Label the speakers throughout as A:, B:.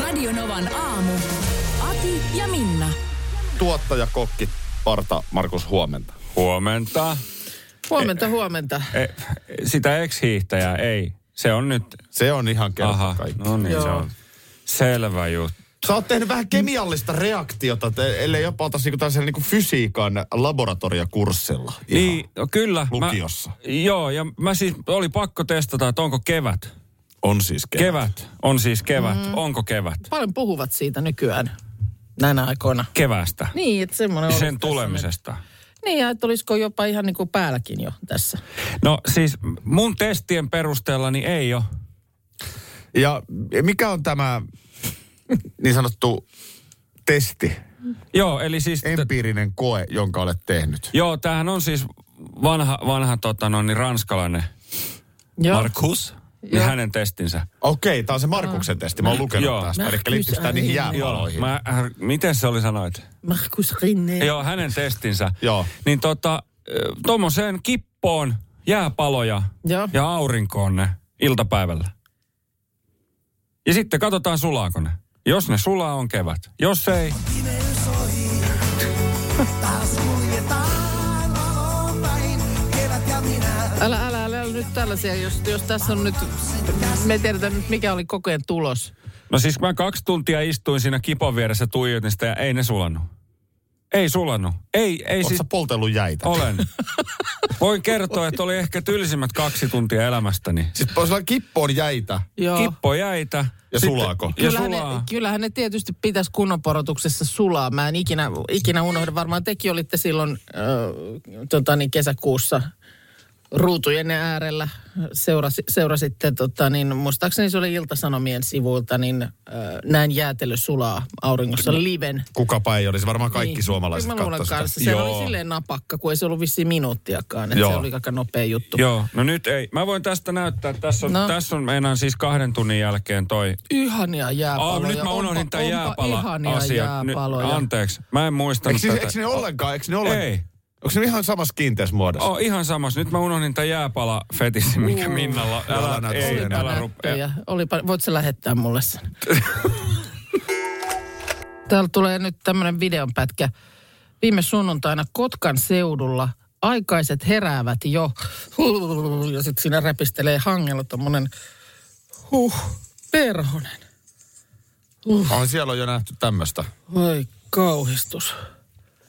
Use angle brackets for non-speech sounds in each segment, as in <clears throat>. A: Radionovan aamu. Ati ja Minna.
B: tuottaja, kokki, parta, Markus, huomenta.
C: Huomenta.
D: Huomenta, huomenta.
C: E, sitä ex-hiihtäjää ei. Se on nyt...
B: Se on ihan kerta
C: Aha,
B: kaikki.
C: no niin se
D: Joo.
C: on. Selvä juttu.
B: Sä oot tehnyt vähän kemiallista reaktiota, te, ellei jopa oltaisi niinku tällaisella niinku fysiikan laboratoriakurssilla. Ihan.
C: Niin, no kyllä.
B: Lukiossa.
C: Mä, joo, ja mä siis oli pakko testata, että onko kevät. Kevät,
B: On siis kevät.
C: kevät on siis kevät.
D: Mhm.
C: Mm. Onko kevät?
D: Paljon puhuvat siitä nykyään näinä aikoina.
C: Kevästä.
D: Niin, että semmoinen
C: Sen
D: on ollut tässä nyt.
C: tulemisesta.
D: Niin, ja että olisiko jopa ihan niin kuin päälläkin jo tässä.
C: No siis mun testien perusteella niin ei ole.
B: Ja mikä on tämä niin sanottu testi,
C: Joo, eli siis...
B: empiirinen koe, jonka olet tehnyt?
C: Joo, tämähän on siis vanha, vanha tota, no, niin ranskalainen
D: Joo.
C: Markus, niin
D: Joo.
C: hänen testinsä.
B: Okei, tämä on se Markuksen testi. Mä oon lukenut
C: Joo.
B: tästä. Eli
D: Markus
B: liittyykö tämä niihin
D: Arin.
C: Joo,
B: jääpaloihin?
C: mä, äh, miten se oli sanoit?
D: Markus Rinne.
C: Joo, hänen testinsä.
B: Joo.
C: Niin tota, ö, tommoseen kippoon jääpaloja
D: Joo.
C: ja aurinkoon ne iltapäivällä. Ja sitten katsotaan sulaako ne. Jos ne sulaa, on kevät. Jos ei...
D: Älä, älä, älä, älä nyt tällaisia, jos, jos tässä on nyt, me ei tiedetä nyt mikä oli koko ajan tulos.
C: No siis mä kaksi tuntia istuin siinä kipon vieressä tuijotin sitä ja ei ne sulanut. Ei sulanut. Ei, ei
B: Oletko
C: siis...
B: sä poltellut jäitä?
C: Olen. Voin kertoa, että oli ehkä tylsimmät kaksi tuntia elämästäni.
B: Siis on kippoon jäitä.
D: Joo.
C: Kippo jäitä.
B: Ja
C: Sitten-
B: sulaako?
C: Ja
D: Kyllähän ne,
C: sulaa.
D: kyllähän ne tietysti pitäisi kunnonporotuksessa sulaa. Mä en ikinä, ikinä unohda. Varmaan tekin olitte silloin äh, tota niin, kesäkuussa ruutujen äärellä. Seurasi, seurasitte, tota niin, muistaakseni se oli Iltasanomien sivuilta, niin äh, näin jäätelö sulaa auringossa liven.
B: Kukapa ei olisi. Varmaan kaikki
D: Niin.
B: suomalaiset
D: Kyllä mä luulen
B: katsoi sitä.
D: kanssa. Se
C: Joo.
D: oli silleen napakka, kun ei se ollut vissiin minuuttiakaan. Että
B: Joo.
D: se oli aika nopea juttu.
C: Joo, no nyt ei. Mä voin tästä näyttää. Tässä on, no.
D: No.
C: tässä on meinaan siis kahden tunnin jälkeen toi.
D: Ihania jääpaloja.
C: Aa, nyt mä unohdin
D: Onpa-
C: tämän
D: onpa ihania
C: jääpala-asian. Nyt-
D: jääpaloja.
C: Anteeksi, mä en muistanut
B: Eikö, siis,
C: tätä.
B: eikö ne ollenkaan? Eikö ne ollenkaan?
C: Ei.
B: Onko ne ihan samassa kiinteässä muodossa?
C: Oh, ihan samassa. Nyt mä unohdin tämän jääpala-fetissin, mikä Minnalla... Älä,
B: Älä näytä
C: ei,
B: siinä.
C: älä rupea.
D: näyttöjä. Olipa, voit sä lähettää mulle sen? <laughs> Täällä tulee nyt tämmöinen videonpätkä. Viime sunnuntaina Kotkan seudulla aikaiset heräävät jo. <laughs> Ja sitten siinä räpistelee hangella tommonen huh, perhonen.
B: On siellä on jo nähty tämmöistä.
D: Oi kauhistus.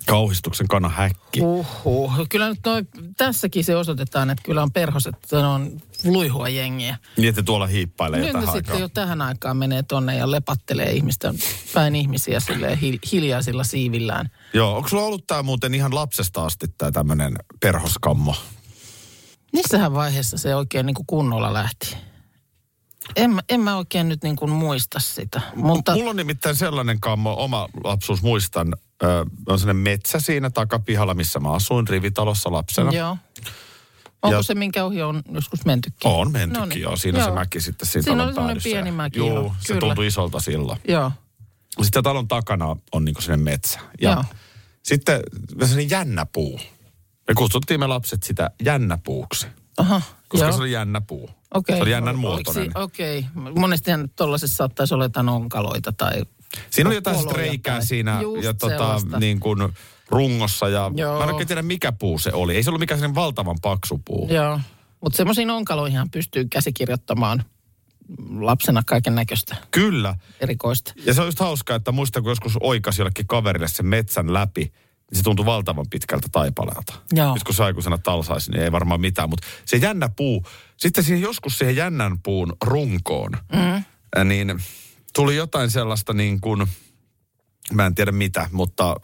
B: Kauhistuksen kana
D: Mm.
B: häkki.
D: Uhu. Kyllä nyt noi, tässäkin se osoitetaan, että kyllä on perhoset, ne on luihua jengiä.
B: Niin, että tuolla hiippailee
D: Nyt
B: jo tähän
D: ne no sitten
B: aikaan.
D: jo tähän aikaan menee tonne ja lepattelee ihmisten päin ihmisiä silleen hil- hiljaisilla siivillään.
B: Joo, onko sulla ollut tää muuten ihan lapsesta asti tää tämmönen perhoskammo?
D: Missähän vaiheessa se oikein niin kuin kunnolla lähti? En, mä- en mä oikein nyt niin kuin muista sitä, mutta
B: Mutta... Mulla on nimittäin sellainen kammo, oma lapsuus muistan, ö, on sellainen metsä siinä takapihalla, missä mä asuin rivitalossa lapsena.
D: joo. Onko
B: Ja-
D: se minkä ohi on joskus mentykin?
B: On mentykin,
D: Noniin.
B: joo. Siinä se mäki sitten siinä
D: Siinä
B: talon
D: oli semmoinen
B: päädyssä.
D: pieni mäki,
B: Juu,
D: joo,
B: se
D: kyllä.
B: tuntui isolta silloin.
D: Joo,
B: Sitten talon takana on niinku sellainen metsä. Ja Joo.
D: Joo.
B: sitten sellainen jännäpuu. Me kutsuttiin me lapset sitä jännäpuuksi,
D: aha,
B: koska
D: joo.
B: se oli jännäpuu.
D: Okei.
B: Se oli jännän
D: Oliko
B: muotoinen.
D: si- Okei. Monestihan tuollaisessa saattaisi olla jotain onkaloita tai...
B: Siinä oli jotain
D: koloja
B: sitten reikää
D: tai-
B: siinä
D: Just
B: ja tota,
D: sellaista.
B: niin kuin rungossa. Ja
D: Joo.
B: Mä en oikein tiedä, mikä puu se oli. Ei se ollut mikään sellainen valtavan paksu puu.
D: Joo, mutta semmoisiin onkaloihinhan pystyy käsikirjoittamaan lapsena kaiken näköistä
B: Kyllä.
D: erikoista.
B: Ja se on just hauskaa, että muistan, kun joskus oikasi jollekin kaverille sen metsän läpi, niin se tuntui valtavan pitkältä taipaleelta.
D: Joo.
B: Nyt kun se aikuisena talsaisi, niin ei varmaan mitään. Mutta se jännä puu, sitten siihen joskus siihen jännän puun runkoon, mm. niin tuli jotain sellaista niin kuin, mä en tiedä mitä, mutta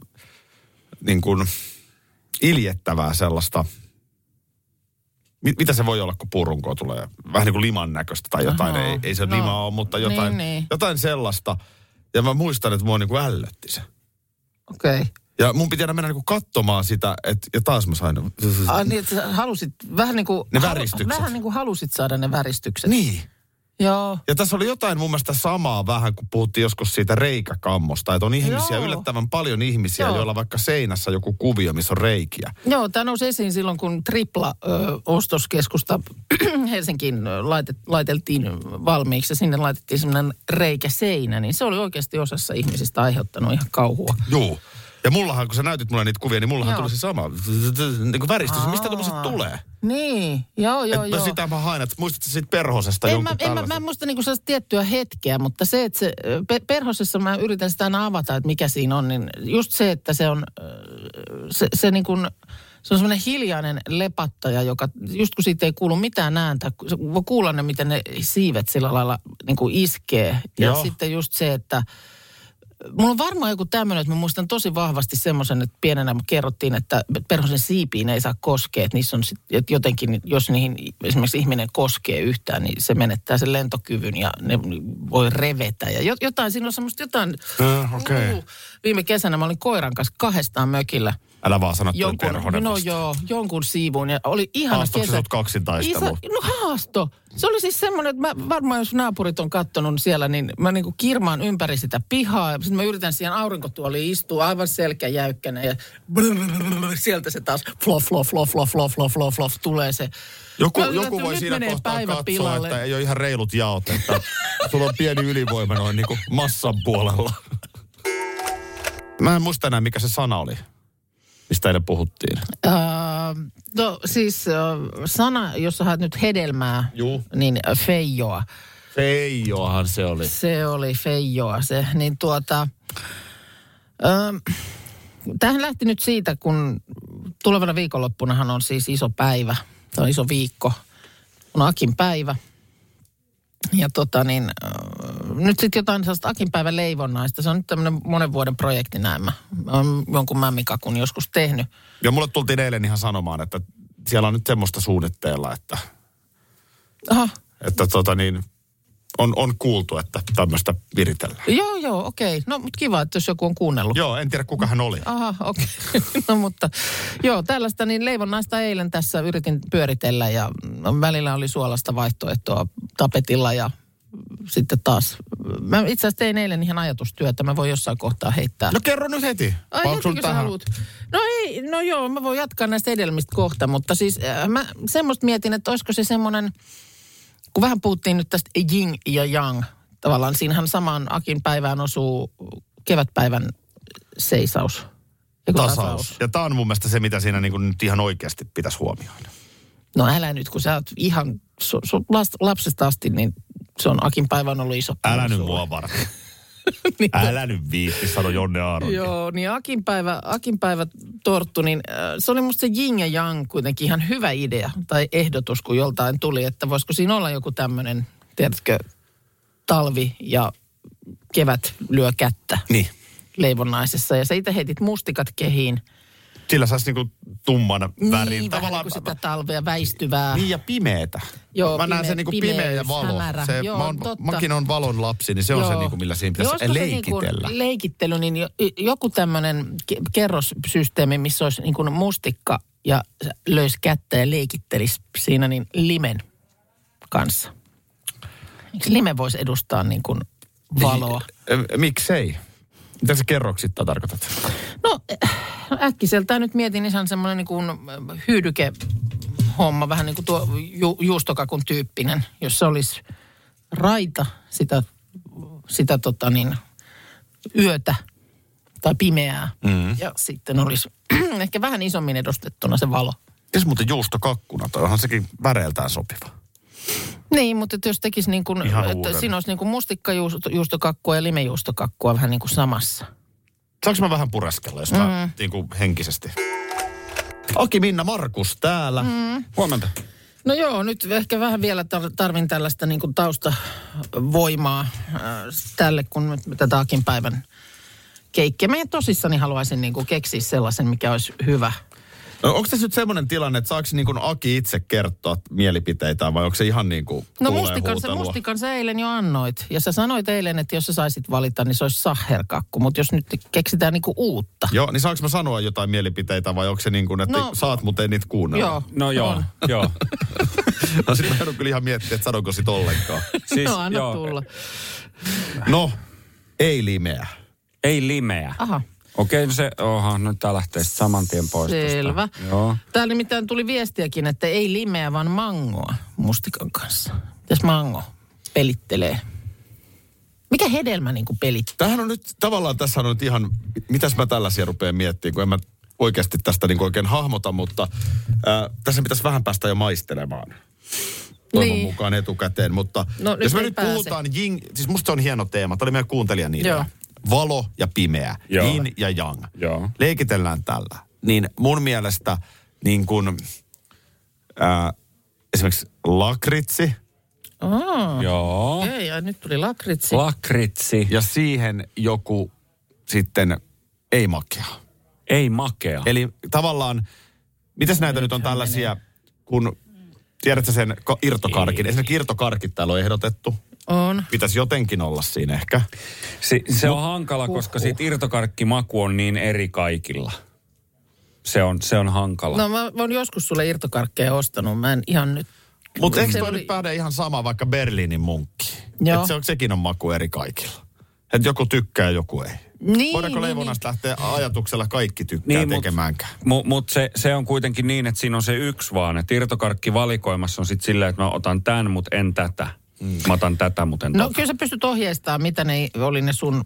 B: niin kuin iljettävää sellaista mit, mitä se voi olla, kun puurunkoa tulee? Vähän niin kuin liman näköistä tai jotain.
D: Ahaa,
B: Ei, ei se
D: no.
B: no, lima ole, mutta jotain, niin,
D: Niin, niin.
B: niin. jotain sellaista. Ja mä muistan, että mua niin kuin ällötti se.
D: Okei. Okay.
B: Ja mun piti aina mennä niin kuin katsomaan sitä, että, ja taas mä sain...
D: Ah, niin, että sä halusit, vähän niin kuin...
B: Ne väristykset.
D: Vähän niin kuin halusit saada ne väristykset.
B: Niin.
D: Joo.
B: Ja tässä oli jotain mun mielestä samaa vähän, kun puhuttiin joskus siitä reikäkammosta, että on ihmisiä,
D: Joo.
B: Joo. yllättävän paljon ihmisiä,
D: Joo.
B: Joo. joilla vaikka seinässä joku kuvio, missä on reikiä.
D: Joo, tämä nousi esiin silloin, kun tripla ö, ostoskeskusta <clears throat> Helsinkiin ö, laite, laiteltiin valmiiksi ja sinne laitettiin semmoinen reikä seinä, niin se oli oikeasti osassa ihmisistä aiheuttanut ihan kauhua.
B: Joo. Ja mullahan, kun sä näytit mulle niitä kuvia, niin mullahan
D: Joo.
B: Joo. tuli se sama niin kuin väristys. Mistä tommoset tulee?
D: Niin, joo, joo,
B: Et mä
D: joo.
B: sitä mä haen, että muistatko siitä perhosesta
D: En
B: jonkun
D: mä, en mä, mä en
B: tällaisen?
D: muista niinku sellaista tiettyä hetkeä, mutta se, että se ö, pe- perhosessa mä yritän sitä aina avata, että mikä siinä on, niin just se, että se on, ö, se, se niin kuin, se on semmoinen hiljainen lepattaja, joka, just kun siitä ei kuulu mitään ääntä, kun se- voi kuulla ne, miten ne siivet sillä lailla niin kuin iskee. Ja
B: Joo.
D: sitten just se, että Mulla on varmaan joku tämmöinen, että mä muistan tosi vahvasti semmoisen, että pienenä kerrottiin, että perhosen siipiin ei saa koskea. Että niissä on sit, että jotenkin, jos niihin esimerkiksi ihminen koskee yhtään, niin se menettää sen lentokyvyn ja ne voi revetä. Ja jo- jotain, siinä on semmoista jotain.
B: Äh, okei.
D: Uu. Viime kesänä mä olin koiran kanssa kahdestaan mökillä.
B: Älä vaan sano, että perhonen
D: no
B: vasta.
D: joo, jonkun siivun. Ja oli ihana
B: Haastatko sä
D: kesä.
B: sut kaksintaistelu?
D: Isä- No haasto. Se oli siis semmoinen, että mä varmaan jos naapurit on kattonut siellä, niin mä niinku kirmaan ympäri sitä pihaa. Ja sitten mä yritän siihen aurinkotuoliin istua aivan selkäjäykkänä ja <laughs> sieltä se taas flof, flof, flof, flof, flof, flof, flof, flof tulee se.
B: Joku,
D: Mä yritän,
B: joku voi
D: nyt
B: siinä
D: menee
B: kohtaa
D: päivä
B: katsoa,
D: pilalle.
B: että ei ole ihan reilut jaot, että sulla on pieni ylivoima noin niin kuin massan puolella. Mä en muista enää, mikä se sana oli, mistä eilen puhuttiin.
D: Öö, no siis öö, sana, jos sä haet nyt hedelmää,
B: Juu.
D: niin ö, feijoa.
B: Feijohan se oli.
D: Se oli feijoa se. Niin tuota, ähm, tämähän lähti nyt siitä, kun tulevana viikonloppunahan on siis iso päivä. Se on iso viikko. On Akin päivä. Ja tota niin, äh, nyt sitten jotain sellaista Akin päivän leivonnaista. Se on nyt tämmöinen monen vuoden projekti näemmä. Olen jonkun mämmikakun joskus tehnyt.
B: Ja mulle tultiin eilen ihan sanomaan, että siellä on nyt semmoista suunnitteilla, että,
D: Aha,
B: että tota niin, on, on kuultu, että tämmöistä viritellään.
D: joo, joo, okei. No, mutta kiva, että jos joku on kuunnellut.
B: Joo, en tiedä kuka hän oli.
D: Aha, okei. <laughs> Okay. No mutta, joo, tällaista niin leivonnaista eilen tässä yritin pyöritellä ja no, välillä oli suolasta vaihtoehtoa tapetilla ja sitten taas. Mä itse asiassa tein eilen ihan ajatustyötä, mä voin jossain kohtaa heittää.
B: No kerro nyt heti.
D: Ai
B: Vai
D: Ai
B: onko sulla
D: jätikö sä
B: tähän?
D: haluut? No ei, no joo, mä voin jatkaa näistä edelmistä kohta, mutta siis äh, mä semmoista mietin, että olisiko se semmoinen, kun vähän puhuttiin nyt tästä jing ja yang, tavallaan siinähän samaan akin päivään osuu kevätpäivän seisaus. Eiku,
B: Tasaus. Ja tämä on mun mielestä se, mitä siinä niin nyt ihan oikeasti pitäisi huomioida.
D: No älä nyt, kun sä oot ihan su, su, last, lapsesta asti, niin se on akin päivän ollut iso.
B: Älä
D: päivä
B: nyt
D: sulle.
B: mua varten.
D: <laughs> Niin.
B: Älä nyt viitti, sano Jonne Aaronkin.
D: Joo, niin Akinpäivä, Akinpäivä torttu, niin äh, se oli musta se Jing ja Yang kuitenkin ihan hyvä idea tai ehdotus, kun joltain tuli, että voisiko siinä olla joku tämmöinen, tiedätkö, talvi ja kevät lyö kättä
B: Niin.
D: leivonnaisessa. Ja sä itse heitit mustikat kehiin.
B: Sillä saisi niinku tumman värin.
D: niin, vähän niin kuin sitä talvea väistyvää.
B: niin ja pimeetä.
D: Joo,
B: mä näen
D: pime-
B: sen niinku
D: pimeys,
B: pimeä ja valo.
D: hämärä.
B: Se,
D: Joo,
B: mä oon,
D: totta.
B: mäkin on valon lapsi, niin se on se,
D: Joo.
B: niinku, millä siinä pitäisi
D: Olisiko se
B: leikitellä.
D: Niin kuin leikittely, niin jo, y- joku tämmöinen ke- kerrossysteemi, missä olisi niin kuin mustikka ja sä löisi kättä ja leikittelisi siinä niin limen kanssa. Eikö lime voisi edustaa niin kuin valoa?
B: Niin, Ö, Miksei? Mitä sä kerroksittain tarkoitat?
D: No äh, äkkiseltään nyt mietin ihan semmoinen niin kuin äh, hyydyke homma, vähän niin kuin tuo ju, juustokakun tyyppinen, jossa olisi raita sitä, sitä tota niin, yötä tai pimeää. Mm. Ja sitten olisi <clears throat> ehkä vähän isommin edustettuna se valo.
B: Mitäs muuten juustokakkuna? Toi onhan sekin väreiltään sopiva.
D: Niin, mutta että jos tekisi niin kuin,
B: Ihan
D: että
B: uuden.
D: siinä olisi niin kuin mustikkajuustokakkua ja limejuustokakkua vähän niin kuin samassa.
B: Saanko mä vähän pureskella, jos mä mm. niinku henkisesti? Aki Minna Markus täällä. Mm.
C: Huomenta.
D: No joo, nyt ehkä vähän vielä tar- tarvin tällaista niin kuin taustavoimaa äh, tälle, kun nyt me tätä Akin niinku päivän keikkiä. Mä tosissani haluaisin niin kuin keksiä sellaisen, mikä olisi hyvä.
B: No, onko tässä nyt semmoinen tilanne, että saako niin kuin Aki itse kertoa mielipiteitään vai onko se ihan niin kuin
D: No
B: kuulee
D: mustikan sä,
B: huutelua?
D: mustikan sä eilen jo annoit. Ja sä sanoit eilen, että jos sä saisit valita, niin se olisi saherkakku. Mutta jos nyt keksitään niinku uutta.
B: Joo, niin saanko mä sanoa jotain mielipiteitä vai onko se niin kuin, että
D: No-
B: no, saat, mutta ei niitä kuunnella?
D: Joo.
C: No joo,
D: On. <laughs>
C: joo.
B: <laughs> No sit mä joudun kyllä ihan miettimään, että sanonko sit ollenkaan.
C: Siis,
D: no anna
C: joo.
D: tulla.
B: No, ei limeä.
C: Ei limeä.
D: Aha.
C: Okei, no se, oha, nyt tää lähtee sit saman tien pois tosta.
D: Selvä.
C: Joo.
D: Täällä nimittäin tuli viestiäkin, että ei limeä, vaan mangoa mustikan kanssa. Mitäs mango pelittelee? Mikä hedelmä niin kuin pelittää?
B: Tämähän on nyt, tavallaan tässä on nyt ihan, mitäs mä tällaisia rupean miettimään, kun en mä oikeasti tästä niin oikein hahmota, mutta ää, tässä pitäisi vähän päästä jo maistelemaan. Toivon
D: Niin.
B: niin. mukaan etukäteen, mutta
D: No,
B: no,
D: nyt
B: jos me
D: ei
B: nyt
D: pääse.
B: puhutaan, jing, siis musta se on hieno teema, tämä oli meidän kuuntelija
D: Joo.
B: niitä. Valo ja pimeä,
C: Joo.
B: yin ja yang.
C: Joo.
B: Leikitellään tällä. Niin mun mielestä niin kun, ää, esimerkiksi lakritsi
D: Oh,
C: Joo.
D: ei, ja nyt tuli lakritsi.
C: Lakritsi.
B: ja siihen joku sitten ei makeaa.
C: Ei makea.
B: Eli tavallaan, mitäs näitä nyt on tällaisia, kun tiedätkö sen ko- irtokarkin? Esimerkiksi irtokarkit täällä on ehdotettu.
D: On.
B: Pitäisi jotenkin olla siinä ehkä.
C: Se, se on hankala, koska siitä irtokarkkimaku on niin eri kaikilla. Se on, se on hankala.
D: No mä oon joskus sulle irtokarkkeja ostanut, mä en ihan nyt...
B: Mutta eikö
D: Se
B: toi
D: oli-
B: nyt päädä ihan sama vaikka Berliinin munkki?
D: Joo.
B: Et se on, sekin on maku eri kaikilla. Et joku tykkää, joku ei.
D: Niin,
B: Voidaanko
D: niin,
B: leivonnasta lähteä ajatuksella kaikki tykkää niin, tekemäänkään?
C: Mutta mut, mut se, se on kuitenkin niin, että siinä on se yksi vaan. Että irtokarkkivalikoimassa on sitten silleen, että mä otan tämän, mutta en tätä. Mm. Mä otan tätä, mutta en
D: No
C: tätä.
D: kyllä sä pystyt ohjeistamaan, mitä ne oli ne sun,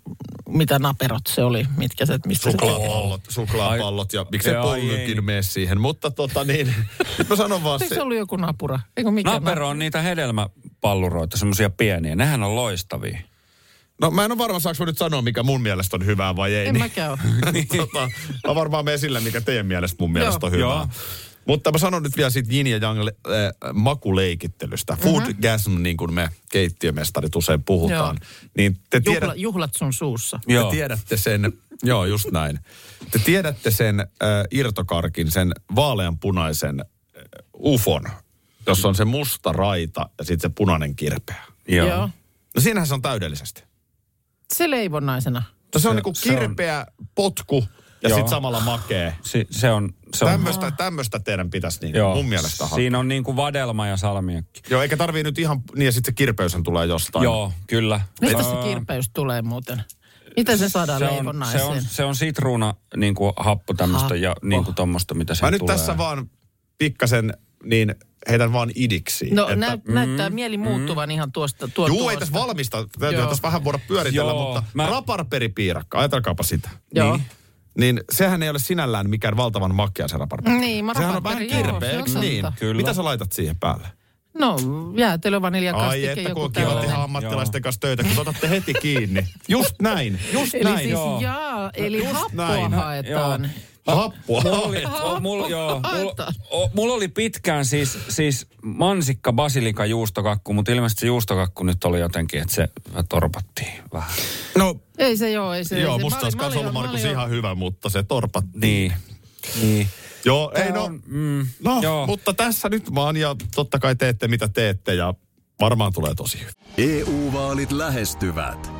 D: mitä naperot se oli, mitkä se, mistä se...
B: Suklaapallot, suklaapallot ja miksei
C: Ai- ei.
B: pollykin mene siihen. Mutta tota niin, <laughs> nyt mä sanon vaan
D: Eikö
B: se.
D: se ollut joku napura? Eikö mikä
C: Napero on niitä hedelmäpalluroita, semmoisia pieniä. Nehän on loistavia.
B: No mä en ole varma, saanko mä nyt sanoa, mikä mun mielestä on hyvää vai ei. <laughs>
D: En
B: niin-
D: mäkään ole.
B: tota, mä varmaan menen sillä, mikä teidän mielestä mun mielestä on
C: Joo.
B: hyvää.
C: Joo.
B: Mutta mä sanon nyt vielä siitä Jin ja Yang le- äh, makuleikittelystä.
D: Mhm.
B: Foodgasm, niin kuin me keittiömestarit usein puhutaan. Niin te,
D: Juhla,
B: tiedät,
D: juhlat sun suussa.
B: te tiedätte sen, joo just näin. Te tiedätte sen äh, irtokarkin, sen vaaleanpunaisen äh, ufon, jossa on se musta raita ja sitten se punainen kirpeä.
C: Joo.
D: Joo.
B: No siinähän se on täydellisesti.
D: Se leivonnaisena.
B: No se,
C: Se-
B: on niinku
C: se on-
B: kirpeä potku ja
C: Joo.
B: sitten samalla makee.
C: Si, se on... Se on
B: Tämmöistä, tämmöistä teidän pitäisi niin, mun mielestä hakea.
C: Siinä on niin kuin vadelma ja salmiakki.
B: Joo, eikä tarvii nyt ihan, niin ja sitten se kirpeyshän tulee jostain.
C: Joo, kyllä.
D: Mistä
C: Öö,
D: se kirpeys tulee muuten? Miten se saadaan
C: se on, se,
D: leivonnaiseen?
C: on, se on sitruuna niin kuin happo tämmöistä ja niin kuin tommoista, mitä se
B: Mä nyt
C: tulee.
B: tässä vaan pikkasen, niin heidän vaan idiksi.
D: No että, näyt, näyttää mieli muuttuvan ihan tuosta. Tuo,
B: mm, Juu,
D: tuosta.
B: ei tässä valmista. Täytyy
D: Joo.
B: tässä vähän voida pyöritellä,
C: Joo,
B: mutta
C: mä-
B: mä... raparperipiirakka, ajatelkaapa sitä.
D: Joo.
B: Niin. Niin sehän ei ole sinällään mikään valtavan makea se raparperi.
D: Niin, mä
B: Sehän on vähän
D: raparperi,
B: kirpeä,
D: joo,
B: eikö
D: se on
B: niin?
D: totta.
C: Kyllä.
B: Mitä sä laitat siihen päälle?
D: No, jäätelö,
B: Ai
D: vaniljakastike,
B: että kun
D: joku
B: on kiva
D: tällainen.
B: tehdä ammattilaisten kanssa töitä, kun te otatte heti kiinni. Just näin, just
D: Eli
B: näin.
D: siis
C: joo.
D: jaa, eli
B: Just
D: happoa
B: näin.
D: haetaan.
C: Joo.
B: Happua.
C: Mulla oli, o, mulla, joo, mulla,
D: Haetaan.
C: o, mulla oli pitkään siis, siis mansikka, basilika, juustokakku, mutta ilmeisesti se juustokakku nyt oli jotenkin, että se torpattiin vähän.
B: No,
D: Ei se joo, ei se.
B: Joo,
D: ei se.
B: musta
D: Mä olin-
B: olisi
D: mä
B: myös
D: olin-
B: ollut
D: mä
B: Markus
D: olin-
B: ihan hyvä, mutta se torpat.
C: Niin. niin.
B: Joo, ei
C: Tää
B: no.
C: on, mm,
B: no
C: joo.
B: mutta tässä nyt vaan ja totta kai teette mitä teette ja varmaan tulee tosi hyvä.
E: EU-vaalit E lähestyvät.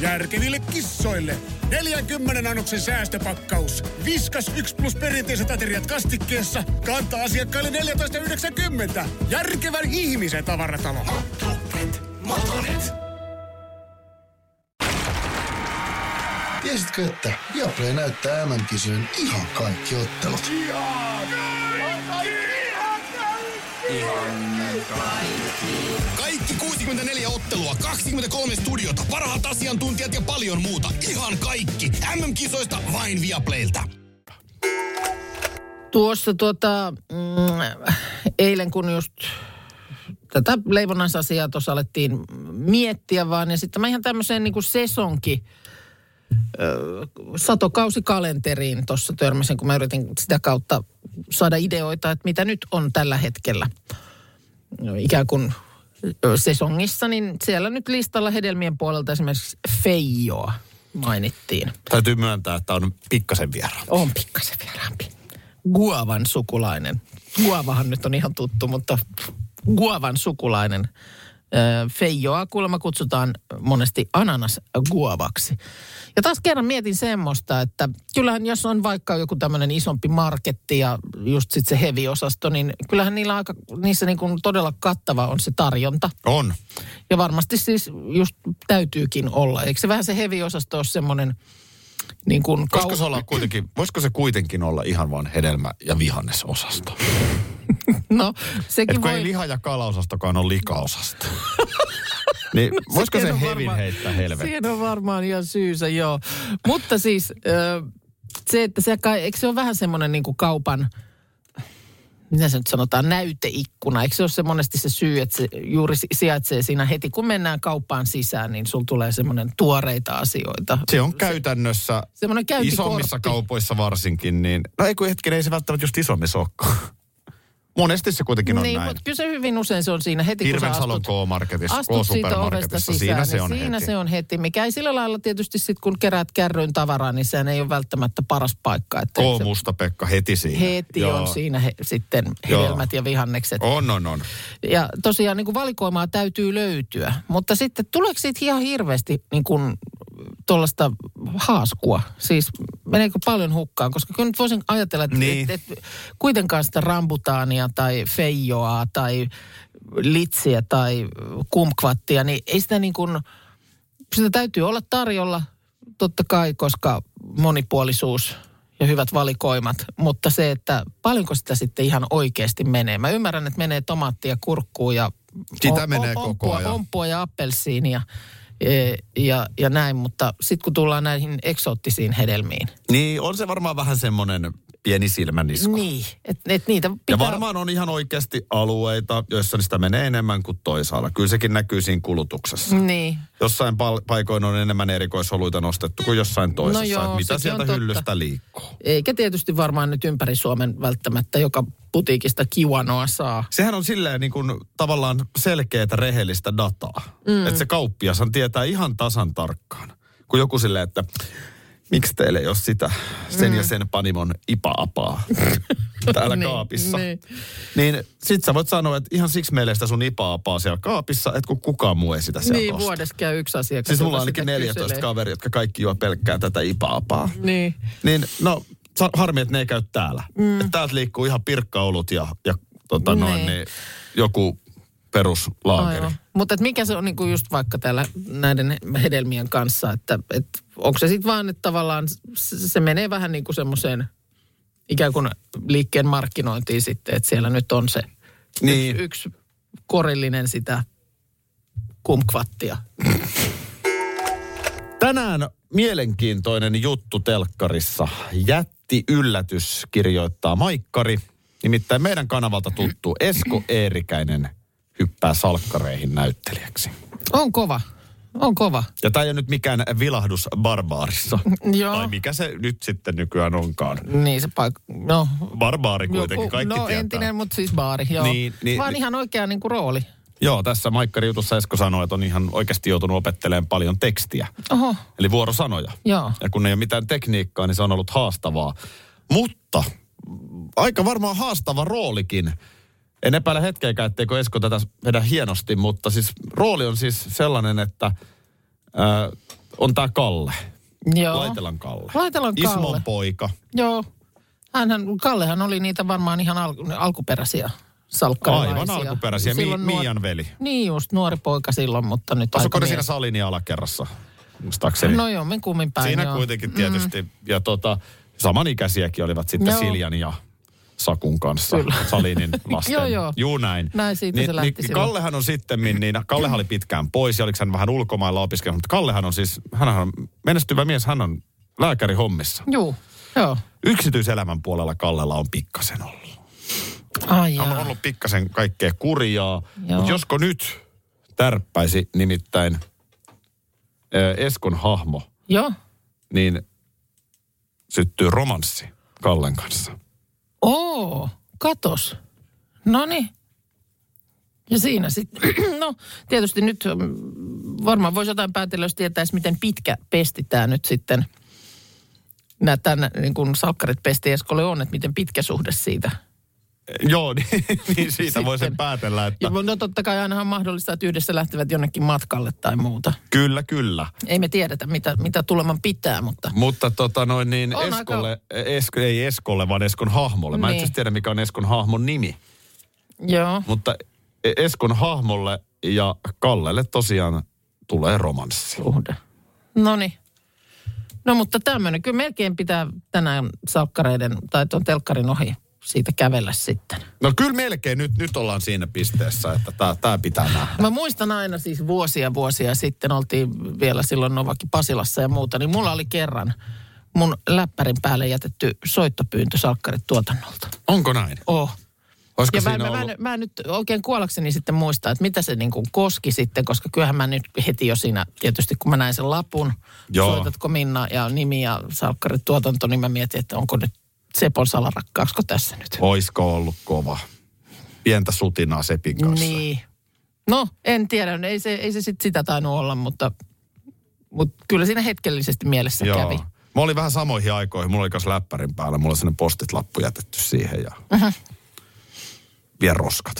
F: Järkeville kissoille 40 annoksen säästöpakkaus. Viskas 1 plus perinteiset ateriat kastikkeessa. Kantaa asiakkaille 14,90. Järkevän ihmisen tavaratalo.
G: Tiesitkö, että Viaplay näyttää MM-kisojen ihan kaikki ottelut?
F: Kaikki 64 ottelua, 23 studiota, parhaat asiantuntijat ja paljon muuta. Ihan kaikki. MM-kisoista vain Viaplaylta.
D: Tuossa tuota, mm, eilen kun just tätä leivonnaisasiaa tuossa alettiin miettiä vaan, ja sitten mä ihan tämmöiseen niin kuin sesonki ö, satokausikalenteriin tuossa törmäsin, kun mä yritin sitä kautta saada ideoita, että mitä nyt on tällä hetkellä no, ikään kuin ö, sesongissa, niin siellä nyt listalla hedelmien puolelta esimerkiksi feijoa mainittiin.
B: Täytyy myöntää, että on pikkasen vieraan.
D: On pikkasen vieraampi. Guavan sukulainen. Guavahan nyt on ihan tuttu, mutta Guavan sukulainen. Ö, Feijoa kuulemma kutsutaan monesti ananas guavaksi. Ja taas kerran mietin semmoista, että kyllähän jos on vaikka joku tämmöinen isompi marketti ja just sitten se heavy-osasto, niin kyllähän niillä aika, niissä niin kuin todella kattava on se tarjonta.
B: On.
D: Ja varmasti siis just täytyykin olla. Eikö se vähän se heavy-osasto ole semmoinen niin kuin
B: Koska
D: kau-
B: se olla kuitenkin, voisiko se kuitenkin olla ihan vaan hedelmä- ja vihannesosasto?
D: No,
B: Et
D: sekin
B: kun
D: voi...
B: ei liha- ja kalaosastokaan ole
D: <laughs>
B: likaosasto. niin voisiko
D: Siihen
B: se
D: on
B: hevin heittää helvetti?
D: Siihen on varmaan ihan syysä, joo. Mutta siis ö, se, että se kai, eikö se ole vähän semmoinen niin kaupan, mitä se nyt sanotaan, näyteikkuna. Eikö se ole se monesti se syy, että se juuri si- sijaitsee siinä heti, kun mennään kauppaan sisään, niin sulla tulee semmoinen tuoreita asioita.
B: Se on käytännössä
D: Semmoinen käyntikortti.
B: isommissa kaupoissa varsinkin, niin... No ei kun hetken, ei se välttämättä just isommissa olekaan. Monesti se kuitenkin on
D: niin,
B: näin.
D: mutta kyllä se hyvin usein se on siinä heti, kun sä
B: Hirvensalon
D: astut,
B: K-marketissa,
D: astut siitä ovesta
B: K-supermarketissa,
D: sisään,
B: siinä se
D: niin
B: on
D: siinä
B: heti.
D: se on heti. Mikä ei sillä lailla tietysti sitten, kun keräät kärryyn tavaraa, niin sehän ei ole välttämättä paras paikka. Että se-
B: K-musta Pekka heti siinä.
D: Heti Joo. on siinä he, sitten
B: Joo.
D: hedelmät ja vihannekset.
B: On, on, on.
D: Ja tosiaan niin kuin valikoimaa täytyy löytyä. Mutta sitten tuleeko siitä ihan hirveästi niin kuin tuollaista haaskua? Siis meneekö paljon hukkaan? Koska kyllä nyt voisin ajatella, että
B: Niin.
D: niin. et, et, kuitenkaan sitä rambutaania tai feijoa tai litsiä tai kumkvattia, niin ei sitä niin kuin, sitä täytyy olla tarjolla totta kai, koska monipuolisuus ja hyvät valikoimat, mutta se, että paljonko sitä sitten ihan oikeasti menee. Mä ymmärrän, että menee tomaattia, kurkkuu ja
B: Sitä menee koko
D: ompua,
B: ajan.
D: ompua ja appelsiinia e, ja, ja näin, mutta sitten kun tullaan näihin eksoottisiin hedelmiin,
B: Niin, on se varmaan vähän semmoinen pieni silmänisku.
D: niin, että et niitä pitää...
B: Ja varmaan on ihan oikeasti alueita, joissa sitä menee enemmän kuin toisaalla. Kyllä sekin näkyy siinä kulutuksessa.
D: Niin,
B: Jossain pal- paikoin on enemmän erikoisoluita nostettu kuin jossain toisessa.
D: No joo,
B: että mitä
D: sekin
B: sieltä
D: on totta.
B: hyllystä liikkuu?
D: eikä tietysti varmaan nyt ympäri Suomen välttämättä joka putiikista kiwanoa saa.
B: Sehän on silleen niin kuin tavallaan selkeätä rehellistä dataa. Mm. Että se kauppiashan tietää ihan tasan tarkkaan. Kun joku silleen, että miksi teille ei ole sitä sen mm. ja sen panimon
D: <laughs>
B: ipa-apaa täällä
D: Niin,
B: kaapissa.
D: niin.
B: Niin sit sä voit sanoa, että ihan siksi meillä ei sitä sun ipa-apaa siellä kaapissa, että kun kukaan muu ei sitä sieltä
D: Niin,
B: osta.
D: vuodessa käy yksi asiakas.
B: Siis mulla
D: joka
B: on ainakin
D: sitä
B: 14
D: kyselee.
B: kaveria, jotka kaikki juo pelkkää tätä ipa-apaa.
D: Niin.
B: Niin, no sa- harmi, että ne ei käy täällä. Mm. Täältä liikkuu ihan pirkkaulut ja, ja tota noin,
D: Niin.
B: niin joku peruslaakeri.
D: Aivan. Mutta et mikä se on niinku just vaikka täällä näiden hedelmien kanssa, että et onko se sitten vaan, että tavallaan se, se menee vähän niin kuin semmoiseen ikään kuin liikkeen markkinointiin sitten, että siellä nyt on se
B: Niin.
D: yksi korillinen sitä kumkvattia.
B: Tänään mielenkiintoinen juttu telkkarissa. Jätti yllätys kirjoittaa Maikkari. Nimittäin meidän kanavalta tuttu Esko Eerikäinen hyppää salkkareihin näyttelijäksi.
D: On kova, on kova.
B: Ja tämä ei ole nyt mikään vilahdus barbaarissa.
D: Joo.
B: Tai mikä se nyt sitten nykyään onkaan.
D: Niin se paikka, no.
B: Barbaari kuitenkin, kaikki
D: no
B: tietää.
D: entinen, mutta siis baari, joo.
B: Niin, niin,
D: vaan
B: niin.
D: ihan oikea niinku rooli.
B: Joo, tässä Maikkari jutussa Esko sanoi, että on ihan oikeasti joutunut opettelemaan paljon tekstiä.
D: Oho,
B: Eli vuorosanoja.
D: Joo.
B: Ja kun ei ole mitään tekniikkaa, niin se on ollut haastavaa. Mutta mm, aika varmaan haastava roolikin. En epäile hetkeäkään, etteikö Esko tätä vedä hienosti, mutta siis rooli on siis sellainen, että ö, on tämä Kalle.
D: joo.
B: Laitelan Kalle.
D: Laitelan Kalle.
B: Ismon poika.
D: Joo. Hänhän, Kallehan oli niitä varmaan ihan al, alkuperäisiä salkkarilaisia.
B: Aivan alkuperäisiä. Mi-
D: Silloin
B: Miian veli.
D: Niin just, nuori poika silloin, mutta nyt
B: Asuiko ne
D: aikamies.
B: siinä salin ja alakerrassa? Muistaakseni.
D: No joo, min kummin päin.
B: Siinä
D: joo.
B: kuitenkin tietysti. Mm. Ja tota, samanikäisiäkin olivat sitten
D: Joo.
B: Siljan ja Sakun kanssa,
D: Kyllä. <laughs>
B: Salinin lasten.
D: Joo, joo.
B: Juu näin.
D: Näin siitä se lähti
B: niin,
D: silloin.
B: Kallehan on sitten, niin Kallehan oli pitkään pois ja oliko hän vähän ulkomailla opiskellut, mutta Kallehan on siis, hän on menestyvä mies, hän on lääkäri hommissa.
D: Mm. Juu, Joo.
B: Yksityiselämän puolella Kallella on pikkasen ollut.
D: Ai
B: On
D: jaa.
B: ollut pikkasen kaikkea kurjaa.
D: Joo.
B: Mutta josko nyt tärppäisi nimittäin ö, Eskon hahmo,
D: Joo.
B: niin syttyy romanssi Kallen kanssa.
D: Oo, katos. No niin. Ja siinä sitten, <clears throat> no tietysti nyt mm, varmaan voisi jotain päätellä, jos tietäisi, miten pitkä pesti tämä nyt sitten, nämä tämän niin kuin salkkarit pesti Eskolle on, että miten pitkä suhde siitä.
B: Joo, <laughs> niin, niin siitä voi sen
D: Sitten.
B: päätellä, että
D: Ja no totta kai ainahan on mahdollista, että yhdessä lähtevät jonnekin matkalle tai muuta.
B: kyllä, kyllä.
D: Ei me tiedetä, mitä, mitä tuleman pitää, mutta
B: Mutta tota noin niin
D: On aika-
B: Eskolle, Esko, ei Eskolle, vaan Eskon hahmolle. Mä en
D: Niin.
B: itse asiassa tiedä, mikä on Eskon hahmon nimi.
D: joo.
B: Mutta E- Eskon hahmolle ja Kallelle tosiaan tulee romanssi.
D: suhde. No niin. No mutta tämmöinen. Kyllä melkein pitää tänään salkkareiden tai tuon telkkarin ohi siitä kävellä sitten.
B: No kyllä melkein nyt, nyt ollaan siinä pisteessä, että tää, tää pitää nähdä.
D: Mä muistan aina siis vuosia vuosia sitten, oltiin vielä silloin Novakki Pasilassa ja muuta, niin mulla oli kerran mun läppärin päälle jätetty soittopyyntö salkkarit tuotannolta.
B: Onko näin?
D: Oh.
B: Olisiko
D: Ja mä,
B: siinä
D: mä, mä,
B: ollut?
D: en- mä en nyt oikein kuollakseni sitten muista, että mitä se niin kuin koski sitten, koska kyllähän mä nyt heti jo siinä, tietysti kun mä näin sen lapun,
B: Joo.
D: soitatko Minna ja nimi ja salkkarit tuotanto, niin mä mietin, että onko nyt Sepon salarakkausko tässä nyt.
B: Oisko ollut kova? Pientä sutinaa Sepin kanssa.
D: Niin. No, en tiedä, no ei se, ei se sit sitä tainnut olla, mutta, mutta kyllä siinä hetkellisesti mielessä Joo. kävi.
B: Mä olin vähän samoihin aikoihin. Mulla oli kanssa läppärin päällä. Mulla oli sellainen postit-lappu jätetty siihen ja... Vie roskat.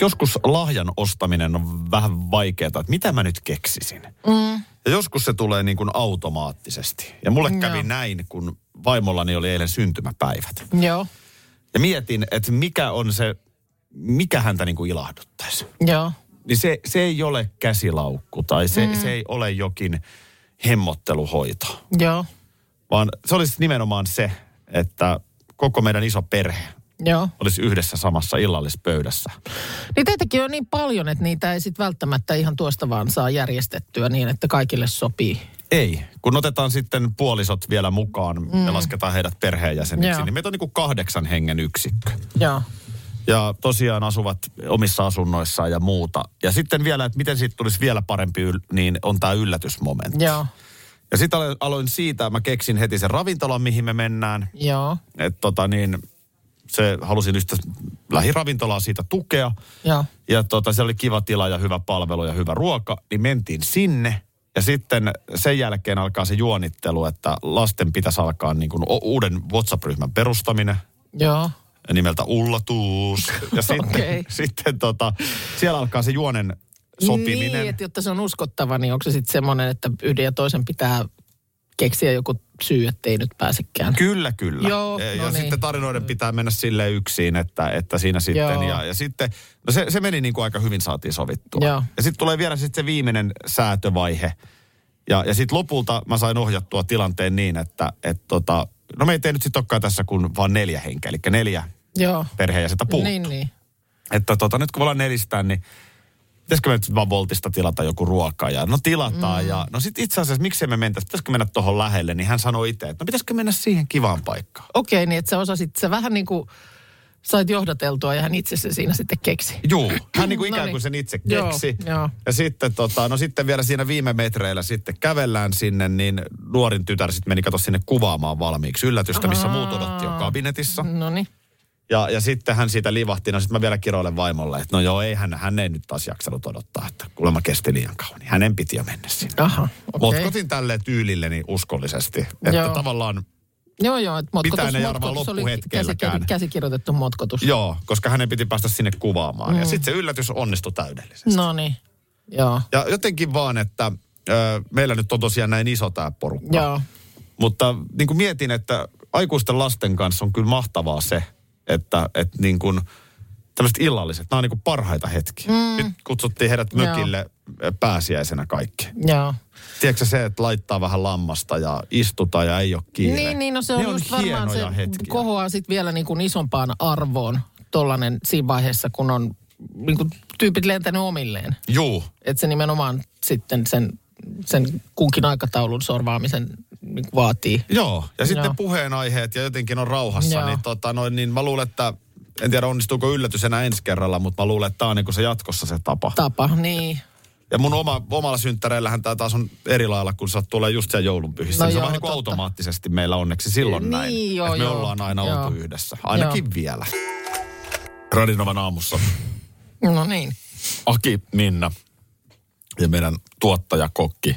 B: Joskus lahjan ostaminen on vähän vaikeaa, että mitä mä nyt keksisin. Mm. Ja joskus se tulee niin kuin automaattisesti. Ja mulle kävi
D: Joo.
B: näin, kun vaimollani oli eilen syntymäpäivät.
D: Joo,
B: Ja mietin, että mikä on se, mikä häntä niin kuin ilahduttaisi
D: joo,
B: niin se, se ei ole käsilaukku tai se, mm. se ei ole jokin hemmotteluhoito,
D: joo,
B: vaan se olisi nimenomaan se, että koko meidän iso perhe
D: joo.
B: olisi yhdessä samassa illallispöydässä.
D: Niin teitäkin on niin paljon, että niitä ei sitten välttämättä ihan tuosta vaan saa järjestettyä niin, että kaikille sopii.
B: Ei, kun otetaan sitten puolisot vielä mukaan mm. ja lasketaan heidät perheenjäseniksi,
D: Joo.
B: niin meitä on niin kuin kahdeksan hengen yksikkö.
D: Joo.
B: Ja tosiaan asuvat omissa asunnoissaan ja muuta. Ja sitten vielä, että miten siitä tulisi vielä parempi, yl- niin on tämä yllätysmomentti.
D: Joo,
B: Ja sitten aloin, aloin siitä, mä keksin heti sen ravintolan, mihin me mennään.
D: joo,
B: Et tota niin, se halusin yhtä lähiravintolaa siitä tukea.
D: joo,
B: Ja tota, siellä oli kiva tila ja hyvä palvelu ja hyvä ruoka, niin mentiin sinne. Ja sitten sen jälkeen alkaa se juonittelu, että lasten pitäisi alkaa niin kuin o- uuden WhatsApp-ryhmän perustaminen
D: joo,
B: nimeltä Ullatuus.
D: <laughs>
B: Ja sitten,
D: Okei.
B: sitten tota, siellä alkaa se juonen sopiminen.
D: Niin, että jotta se on uskottava, niin onko se sitten semmoinen, että yhden ja toisen pitää keksiä joku syy, ettei nyt pääsekään.
B: Kyllä, kyllä.
D: Joo,
B: ja
D: no
B: ja
D: niin.
B: sitten tarinoiden pitää mennä sille yksin, että, että siinä sitten.
D: Joo.
B: Ja, ja sitten, no se, se meni niin kuin aika hyvin saatiin sovittua.
D: Joo.
B: Ja sitten tulee vielä sitten se viimeinen säätövaihe. Ja, ja sitten lopulta mä sain ohjattua tilanteen niin, että et tota, no meitä ei nyt sitten olekaan tässä kuin vaan neljä henkeä, eli neljä
D: Joo.
B: perheenjäsentä puuttuu.
D: Niin, niin.
B: Että tota, nyt kun me ollaan nelistään, niin pitäisikö me nyt vaan Voltista tilata joku ruoka? Ja no tilataan. Mm. Ja, no sit itse asiassa, miksei me mentäisi, pitäisikö mennä tuohon lähelle? Niin hän sanoi itse, että no pitäisikö mennä siihen kivaan paikkaan.
D: Okei, niin että sä osasit, sä vähän niin kuin sait johdateltua ja hän itse se siinä sitten keksi.
B: Joo, hän niin kuin
D: No
B: ikään kuin
D: niin.
B: sen itse
D: Joo,
B: keksi.
D: joo.
B: Ja sitten, tota, no sitten vielä siinä viime metreillä sitten kävellään sinne, niin nuorin tytär sitten meni kato sinne kuvaamaan valmiiksi yllätystä, missä muut odotti jo kabinetissa.
D: No niin.
B: Ja, ja sitten hän siitä livahti, no sitten mä vielä kiroilen vaimolle, että no joo, ei hän, hän ei nyt taas jaksanut odottaa, että kuulemma kesti liian kauan. Niin hänen piti jo mennä sinne.
D: Aha, okei.
B: Motkotin tälle tyylilleni uskollisesti, että
D: Joo.
B: tavallaan,
D: Joo, joo, että motkotus,
B: Mitään ei arvaa
D: motkotus oli
B: loppuhetkelläkään.
D: käsikir- käsikirjoitettu motkotus.
B: joo, koska hänen piti päästä sinne kuvaamaan. Mm. Ja sitten se yllätys onnistui täydellisesti.
D: No niin, joo,
B: Ja jotenkin vaan, että ö, meillä nyt on tosiaan näin iso tämä porukka.
D: joo,
B: Mutta niin kuin mietin, että aikuisten lasten kanssa on kyllä mahtavaa se, että, että niin kuin tämmöiset illalliset, nämä on niin kuin parhaita hetkiä. Mm. Nyt kutsuttiin heidät
D: Joo.
B: mökille ö, pääsiäisenä kaikki.
D: joo.
B: Tiedätkö se, että laittaa vähän lammasta ja istutaan ja ei ole kiire.
D: Niin, niin, no se on,
B: ne on
D: just varmaan se
B: hienoja hetkiä.
D: kohoaa sitten vielä niin kuin isompaan arvoon tollanen siinä vaiheessa, kun on niin kuin tyypit lentänyt omilleen.
B: Juu,
D: Että se nimenomaan sitten sen, sen kunkin aikataulun sorvaamisen niin kuin vaatii.
B: Joo, ja sitten
D: Joo.
B: ne puheenaiheet ja jotenkin on rauhassa,
D: Joo.
B: niin, tota, noin, niin mä luulen, että en tiedä onnistuuko yllätys enää ensi kerralla, mutta mä luulen, että tämä on niin se jatkossa se tapa.
D: Tapa, niin.
B: ja mun oma, omalla synttäreillähän tämä taas on eri lailla, kun sä tulee just siellä joulunpyhissä.
D: No
B: No se
D: joo,
B: on vähän niin kuin
D: totta.
B: automaattisesti meillä onneksi silloin
D: Niin,
B: näin.
D: joo,
B: että me
D: joo.
B: ollaan aina
D: Joo.
B: oltu yhdessä, ainakin
D: Joo.
B: vielä. Radinovan aamussa
D: No niin.
B: Aki, Minna ja meidän tuottajakokki,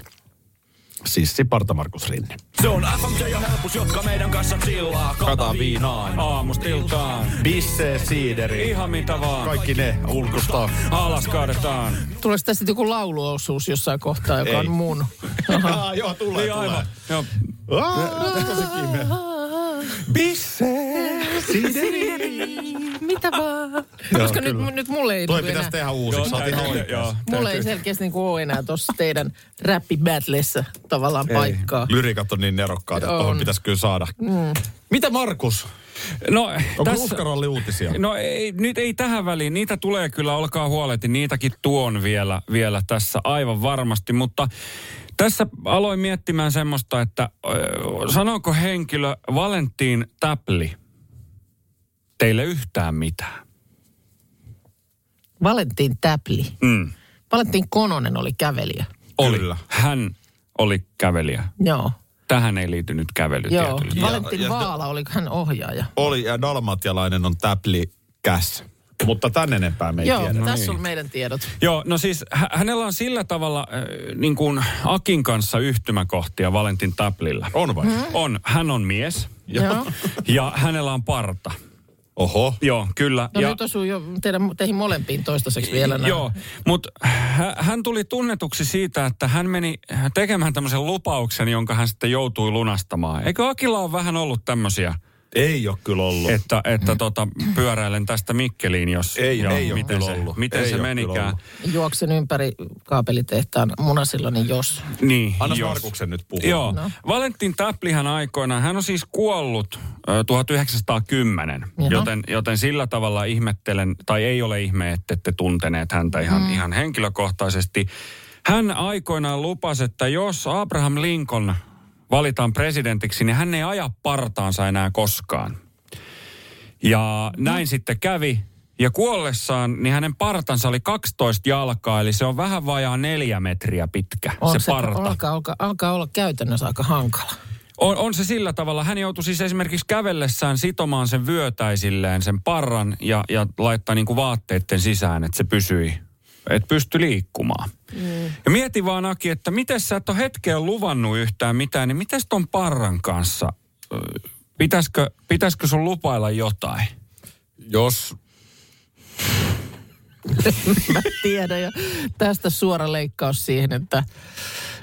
B: siis Siparta Markus Rinne.
H: Se on FMJ ja helpus, jotka meidän kanssa chillaa.
B: Kata viinaan.
C: Aamustiltaan.
B: Bisse, siideri.
C: Ihan mitä vaan.
B: Kaikki ne ulkosta.
C: Alas kaadetaan.
D: Tuleeko tästä joku lauluosuus jossain kohtaa, joka
B: Ei.
D: on mun?
B: Ah, <laughs> joo, tulee,
C: Niin aivan. Joo.
B: Bisse, siideri.
D: Mitä vaan? Koska nyt, nyt mulle ei
B: Toi
D: tule
B: pitäisi
D: enää.
B: tehdä uusiksi, sä oot ihan
C: täytyy-
B: oikeassa.
D: Mulla ei selkeästi niin ole enää tuossa teidän räppibattlessa tavallaan ei. paikkaa.
B: Lyrikat on niin nerokkaat, että
D: On. Mm.
B: tuohon pitäisi kyllä saada. Mitä Markus?
C: No,
B: Onko
C: tässä,
B: Ruskaralli uutisia?
C: No ei, nyt ei tähän väliin. Niitä tulee kyllä, olkaa huoleti. Niitäkin tuon vielä, vielä tässä aivan varmasti. Mutta tässä aloin miettimään semmoista, että ö, sanooko henkilö Valentin Täpli teille yhtään mitään?
D: Valentin Täpli.
C: Mm.
D: Valentin Kononen oli kävelijä.
C: Oli.
B: Kyllä.
C: Hän oli kävelijä.
D: Joo.
C: Tähän ei liity nyt kävely
D: Joo.
C: tietyllä
D: Valentin
B: ja-
D: Vaala, oliko hän ohjaaja?
B: Oli ja dalmatialainen on täpli käs. Mutta tän enempää me ei
D: Joo,
B: tiedä.
D: tässä on meidän tiedot.
C: Joo, no siis hä- hänellä on sillä tavalla äh, niin kuin Akin kanssa yhtymäkohtia Valentin Taplilla.
B: On vai?
D: Mm-hmm.
C: On, hän on mies
D: Joo.
C: ja hänellä on parta.
B: Oho.
C: Joo, kyllä.
D: No
C: ja,
D: nyt osuu jo teidän, teihin molempiin toistaiseksi vielä. nämä.
C: Joo, mutta hän tuli tunnetuksi siitä, että hän meni tekemään tämmöisen lupauksen, jonka hän sitten joutui lunastamaan. Eikö Akilla ole vähän ollut tämmöisiä,
B: Ei ole kyllä ollut.
C: että, että tota, pyöräilen tästä Mikkeliin, jos...
B: Ei,
C: ja
B: ei ole
C: miten
B: kyllä
C: se,
B: ollut.
C: Miten
B: Ei
C: se
B: ole kyllä
C: menikään.
B: ollut.
D: Juoksen ympäri kaapelitehtaan munasilla, niin jos.
C: Niin,
B: Anna
C: jos.
B: Markuksen nyt puhua.
C: Joo. No. Valentin Täplihän aikoinaan, hän on siis kuollut ö, 1910,
D: Jaha.
C: joten, joten sillä tavalla ihmettelen, tai ei ole ihme, että ette tunteneet häntä ihan, mm. ihan henkilökohtaisesti. Hän aikoinaan lupasi, että jos Abraham Lincoln valitaan presidentiksi, niin hän ei aja partaansa enää koskaan. Ja näin sitten kävi. Ja kuollessaan, niin hänen partansa oli 12 jalkaa, eli se on vähän vajaa neljä metriä pitkä,
D: Onko
C: se, parta.
D: Alkaa, alkaa, alkaa olla käytännössä aika hankala. <laughs>
C: On, on se sillä tavalla. Hän joutui siis esimerkiksi kävellessään sitomaan sen vyötäisilleen sen parran ja, ja laittaa niin kuin vaatteiden sisään, että se pysyi, että pysty liikkumaan. Mm. Ja mieti vaan Aki, että miten sä et ole hetkeen luvannut yhtään mitään, niin miten ton parran kanssa, ö, pitäisikö, pitäisikö sun lupailla jotain?
B: Jos
D: Mä tiedän ja tästä suora leikkaus siihen, että,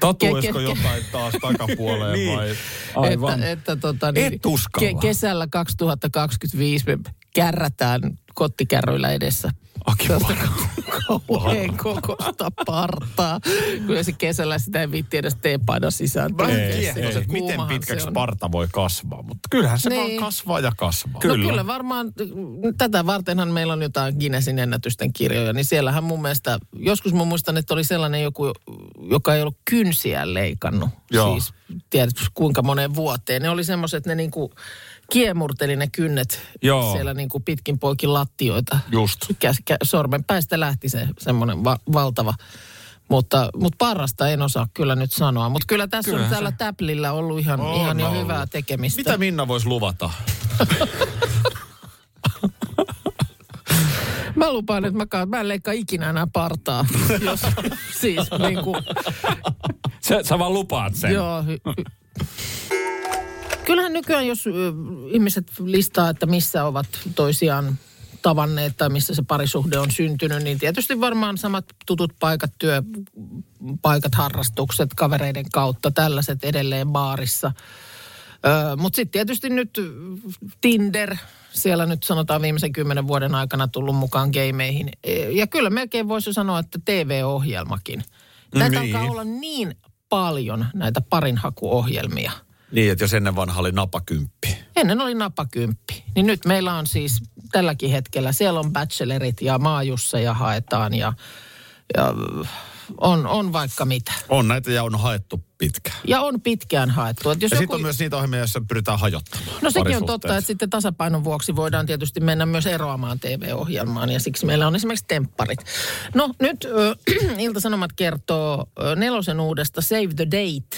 B: tatuisko
D: Ke- ke-
B: jotain taas
D: <laughs>
B: takapuoleen
C: Niin.
B: vai...
C: Aivan.
D: että, että tota, niin,
C: Et uskalla.
D: kesällä 2025 me kärrätään kottikärryillä edessä. Tuosta kauhean kokosta partaa. Kyllä se kesällä sitä ei viitti edes teepaida sisään.
B: Mä en
D: Oikeesti,
B: tiedä,
D: kun
B: että miten
D: kuumahan
B: pitkäksi
D: se on.
B: parta voi kasvaa, mutta kyllähän se
D: Niin.
B: vaan kasvaa ja kasvaa.
D: Kyllä. No kyllä varmaan, tätä vartenhan meillä on jotain Guinnessin ennätysten kirjoja, niin siellähän mun mielestä, joskus mä muistan, että oli sellainen joku, joka ei ollut kynsiä leikannut.
B: Joo.
D: Siis tiedät kuinka moneen vuoteen. Ne oli semmoiset, ne niinku kiemurteli ne kynnet
C: Joo.
D: siellä niinku pitkin poikin lattioita.
B: Just.
D: Käs, kä, sormen päästä lähti se semmoinen va, valtava. Mutta, mutta parasta en osaa kyllä nyt sanoa. Mutta kyllä tässä
C: Kyllähän
D: on tällä täplillä ollut ihan,
B: On
D: ihan jo
B: ollut.
D: hyvää tekemistä.
B: Mitä Minna voisi luvata?
D: Mä lupaan, että mä, ka- mä en leikkaa ikinä enää partaa. <laughs> Jos, siis niin kuin,
C: Sä, sä vaan lupaat sen.
D: joo. hy- hy- Kyllähän nykyään, jos ö, ihmiset listaa, että missä ovat toisiaan tavanneet tai missä se parisuhde on syntynyt, niin tietysti varmaan samat tutut paikat, työpaikat, harrastukset, kavereiden kautta, tällaiset edelleen baarissa. Öö, Mutta sitten tietysti nyt ö, Tinder, siellä nyt sanotaan viimeisen kymmenen vuoden aikana tullut mukaan gameihin. E- Ja kyllä melkein voisi jo sanoa, että TV-ohjelmakin. Näitä
B: Niin.
D: niin. alkaa olla niin paljon näitä parinhakuohjelmia.
B: Niin, että jos ennen vanha oli napakymppi.
D: Ennen oli napakymppi, niin nyt meillä on siis tälläkin hetkellä, siellä on bachelorit ja maajussa ja haetaan ja, ja on, on vaikka mitä.
B: On näitä ja on haettu pitkään.
D: Ja on pitkään haettu. Et jos
B: Ja
D: joku,
B: sitten on myös niitä ohjelmia, joissa pyritään hajottamaan.
D: no sekin on
B: parisuhteet.
D: totta, että sitten tasapainon vuoksi voidaan tietysti mennä myös eroamaan TV-ohjelmaan ja siksi meillä on esimerkiksi tempparit. No nyt ö, <clears throat> Ilta-Sanomat kertoo ö, nelosen uudesta Save the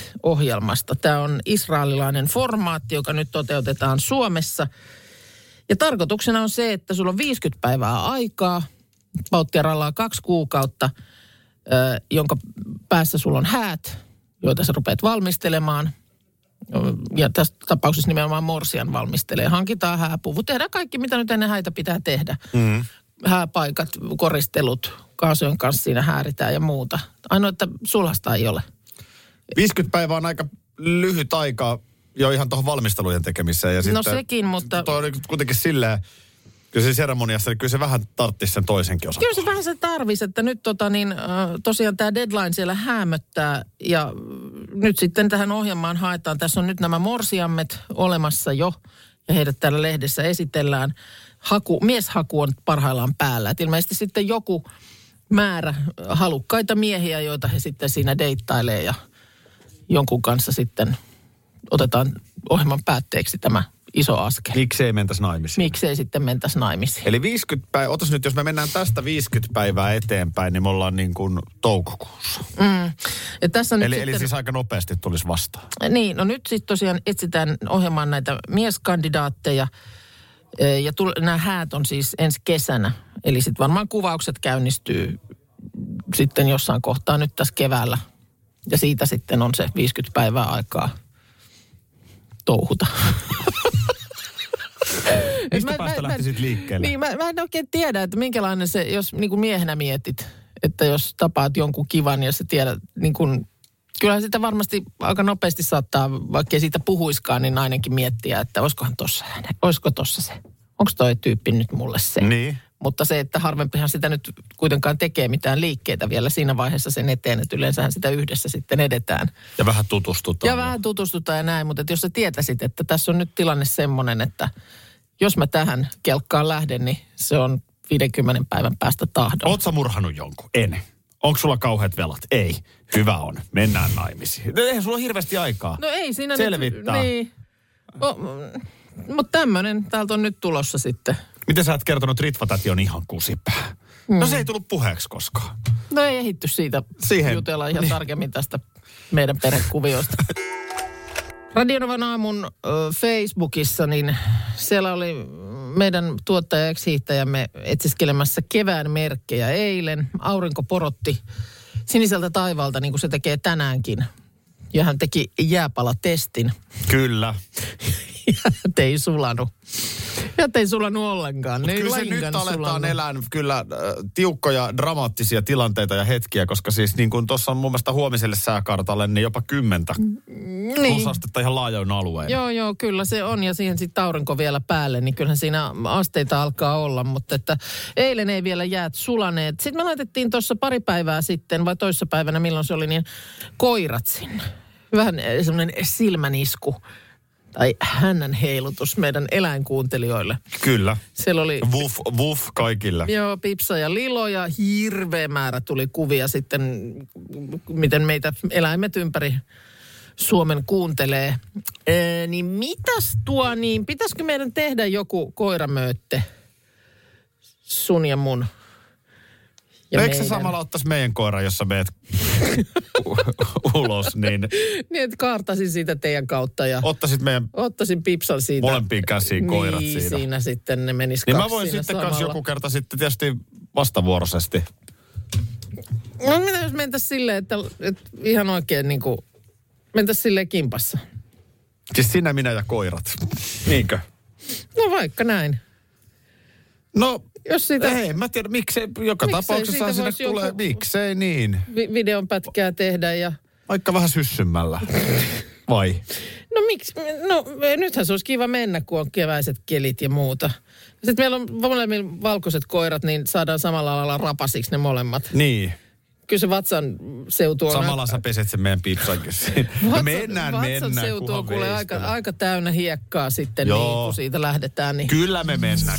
D: Date-ohjelmasta. Tämä on israelilainen formaatti, joka nyt toteutetaan Suomessa. Ja tarkoituksena on se, että sulla on 50 päivää aikaa, pauttiaralla on kaksi kuukautta, ö, jonka päässä sulla on häät, joita sä rupeat valmistelemaan. Ö, Ja tässä tapauksessa nimenomaan morsian valmistelee. Hankitaan hääpuvut, tehdään kaikki, mitä nyt ennen häitä pitää tehdä. Mm. Hääpaikat, koristelut, kaasujen kanssa siinä hääritään ja muuta. Ainoa, että sulasta ei ole.
B: 50 päivää on aika lyhyt aika jo ihan tuohon valmistelujen tekemiseen. Ja
D: No
B: sitten-
D: sekin, mutta-
B: Toi on kuitenkin silleen, kyllä se seremoniassa, niin kyllä se vähän tarttisi sen toisenkin osan.
D: Kyllä se vähän se tarvis, että nyt tota niin, äh, tosiaan tämä deadline siellä häämöttää ja äh, nyt sitten tähän ohjelmaan haetaan. Tässä on nyt nämä morsiammet olemassa jo ja heidät täällä lehdessä esitellään. Haku, mieshaku on parhaillaan päällä. Et ilmeisesti sitten joku määrä äh, halukkaita miehiä, joita he sitten siinä deittailee ja jonkun kanssa sitten otetaan ohjelman päätteeksi tämä iso askel.
B: Miksei mentäisi naimisiin?
D: Miksei sitten mentäisi naimisiin?
B: Eli 50 päivää, otas nyt, jos me mennään tästä 50 päivää eteenpäin, niin me ollaan niin kuin toukokuussa.
D: Ja tässä nyt
B: Eli,
D: sitten...
B: eli siis aika nopeasti tulisi vastaan.
D: Niin, no nyt sitten tosiaan etsitään ohjelmaan näitä mieskandidaatteja. Ee, Ja tul- nämä häät on siis ensi kesänä. Eli sitten varmaan kuvaukset käynnistyy sitten jossain kohtaa nyt tässä keväällä. Ja siitä sitten on se 50 päivää aikaa touhuta.
B: <laughs> Mistä
D: Mä- mä-
B: päästä
D: mä-
B: lähtisit liikkeelle?
D: Niin, mä, mä en oikein tiedä, että minkälainen se, jos niin kuin miehenä mietit, että jos tapaat jonkun kivan ja sä tiedät, niin kuin, kyllähän sitä varmasti aika nopeasti saattaa, vaikka ei siitä puhuiskaan, niin ainakin miettiä, että olisikohan tossa hänen, olisiko tossa se, onko toi tyyppi nyt mulle se.
B: Niin.
D: Mutta se, että harvempihan sitä nyt kuitenkaan tekee mitään liikkeitä vielä siinä vaiheessa sen eteen, että yleensähän sitä yhdessä sitten edetään.
B: Ja vähän tutustutaan.
D: Ja vähän tutustutaan ja näin, mutta että jos sä tietäisit, että tässä on nyt tilanne semmoinen, että jos mä tähän kelkkaan lähden, niin se on 50 päivän päästä tahdon.
B: Oot sä murhanut jonkun? En. Onko sulla kauheat velat? Ei. Hyvä on. Mennään naimisiin. No, Eihän sulla ole hirveästi aikaa.
D: No ei siinä
B: Selvittää.
D: nyt... Niin. O, mutta tämmöinen täältä on nyt tulossa sitten.
B: Miten sä oot kertonut, että ritvatati on ihan kusipää?
D: Hmm.
B: No se ei tullut puheeksi koskaan.
D: No ei ehitty siitä
B: Siihen. Niin.
D: Siihen. jutella ihan tarkemmin tästä meidän
B: <laughs>
D: perhekuvioista. Radionovan aamun ö, Facebookissa, niin siellä oli meidän tuottaja eksihittäjämme etsiskelemässä kevään merkkejä eilen. Aurinko porotti siniseltä taivaalta, niin kuin se tekee tänäänkin. Ja hän teki jääpalatestin. <laughs>
B: Kyllä.
D: Ja ei sulanut. Ja ei sulanut ollenkaan. Ne ei
B: Kyllä se nyt
D: lainkaan
B: aletaan
D: sulanut.
B: elää kyllä äh, tiukkoja, dramaattisia tilanteita ja hetkiä, koska siis niin kuin tuossa on mun mielestä huomiselle sääkartalle, niin jopa kymmentä niin. plusastetta ihan laajoin alueen.
D: Joo, joo, kyllä se on ja siihen sitten aurinko vielä päälle, niin kyllähän siinä asteita alkaa olla, mutta että eilen ei vielä jäät sulaneet. Sitten me laitettiin tuossa pari päivää sitten, vai toissapäivänä milloin se oli, niin koirat sinne. Vähän eh, semmoinen silmänisku tai hännän heilutus meidän eläinkuuntelijoille.
B: Kyllä.
D: Siellä oli...
B: Vuff, vuff kaikille.
D: Joo, Pipsa ja Lilo ja hirveä määrä tuli kuvia sitten, miten meitä eläimet ympäri Suomen kuuntelee. Ee, niin mitäs tuo, niin pitäisikö meidän tehdä joku koiramöytte sun ja mun?
B: Ja No Eikö sä
D: meidän?
B: samalla ottaisi meidän koira, jossa meet u- <laughs> ulos, niin
D: Niin, että kaartaisin siitä teidän kautta ja
B: ottaisit meidän
D: ottaisin Pipsan siitä.
B: molempiin käsiin koirat
D: niin,
B: siinä.
D: siinä sitten ne menis
B: Niin mä
D: kaksi
B: voin
D: siinä
B: sitten
D: samalla.
B: kanssa joku kerta sitten tietysti vastavuoroisesti.
D: No mitä jos mentäisiin silleen, että, että ihan oikein niin kuin, mentäisiin silleen kimpassa?
B: Siis sinä, minä ja koirat. Niinkö?
D: No vaikka näin.
B: No,
D: Jos siitä
B: Ei, en mä tiedä, miksei, joka
D: Miksei
B: tapauksessa
D: siitä
B: sinne
D: voisi
B: tulee,
D: joku-
B: miksei niin.
D: vi- videon pätkää tehdä ja...
B: Vaikka vähän syssymällä. Vai?
D: No miksi? No nythän se olisi kiva mennä, kun on keväiset kelit ja muuta. Sitten meillä on molemmilla valkoiset koirat, niin saadaan samalla lailla rapasiksi ne molemmat.
B: Niin.
D: Kyllä se vatsan seutu on...
B: Samalla sä peset sen meidän pipsankin. No
D: Vatsan,
B: mennään,
D: vatsan
B: mennään.
D: seutu on
B: kunhan
D: kuule aika,
B: veistellä.
D: aika täynnä hiekkaa sitten, niin,
B: Joo.
D: kun siitä lähdetään. Niin.
B: Kyllä me mennään.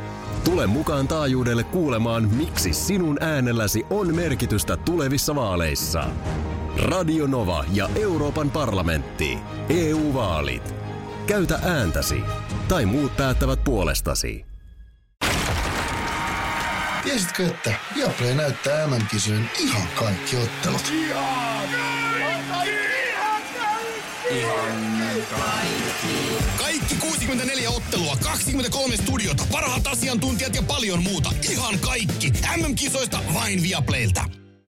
E: Tule mukaan taajuudelle kuulemaan, miksi sinun äänelläsi on merkitystä tulevissa vaaleissa. Radio Nova ja Euroopan parlamentti. EU-vaalit. Käytä ääntäsi. Tai muut päättävät puolestasi.
G: Tiesitkö, että Viaplay näyttää MM-kisojen ihan kaikki ottelut?
F: Kaikki 64 ottelua, 23 studiota, parhaat asiantuntijat ja paljon muuta. Ihan kaikki. MM-kisoista vain Viaplaylta.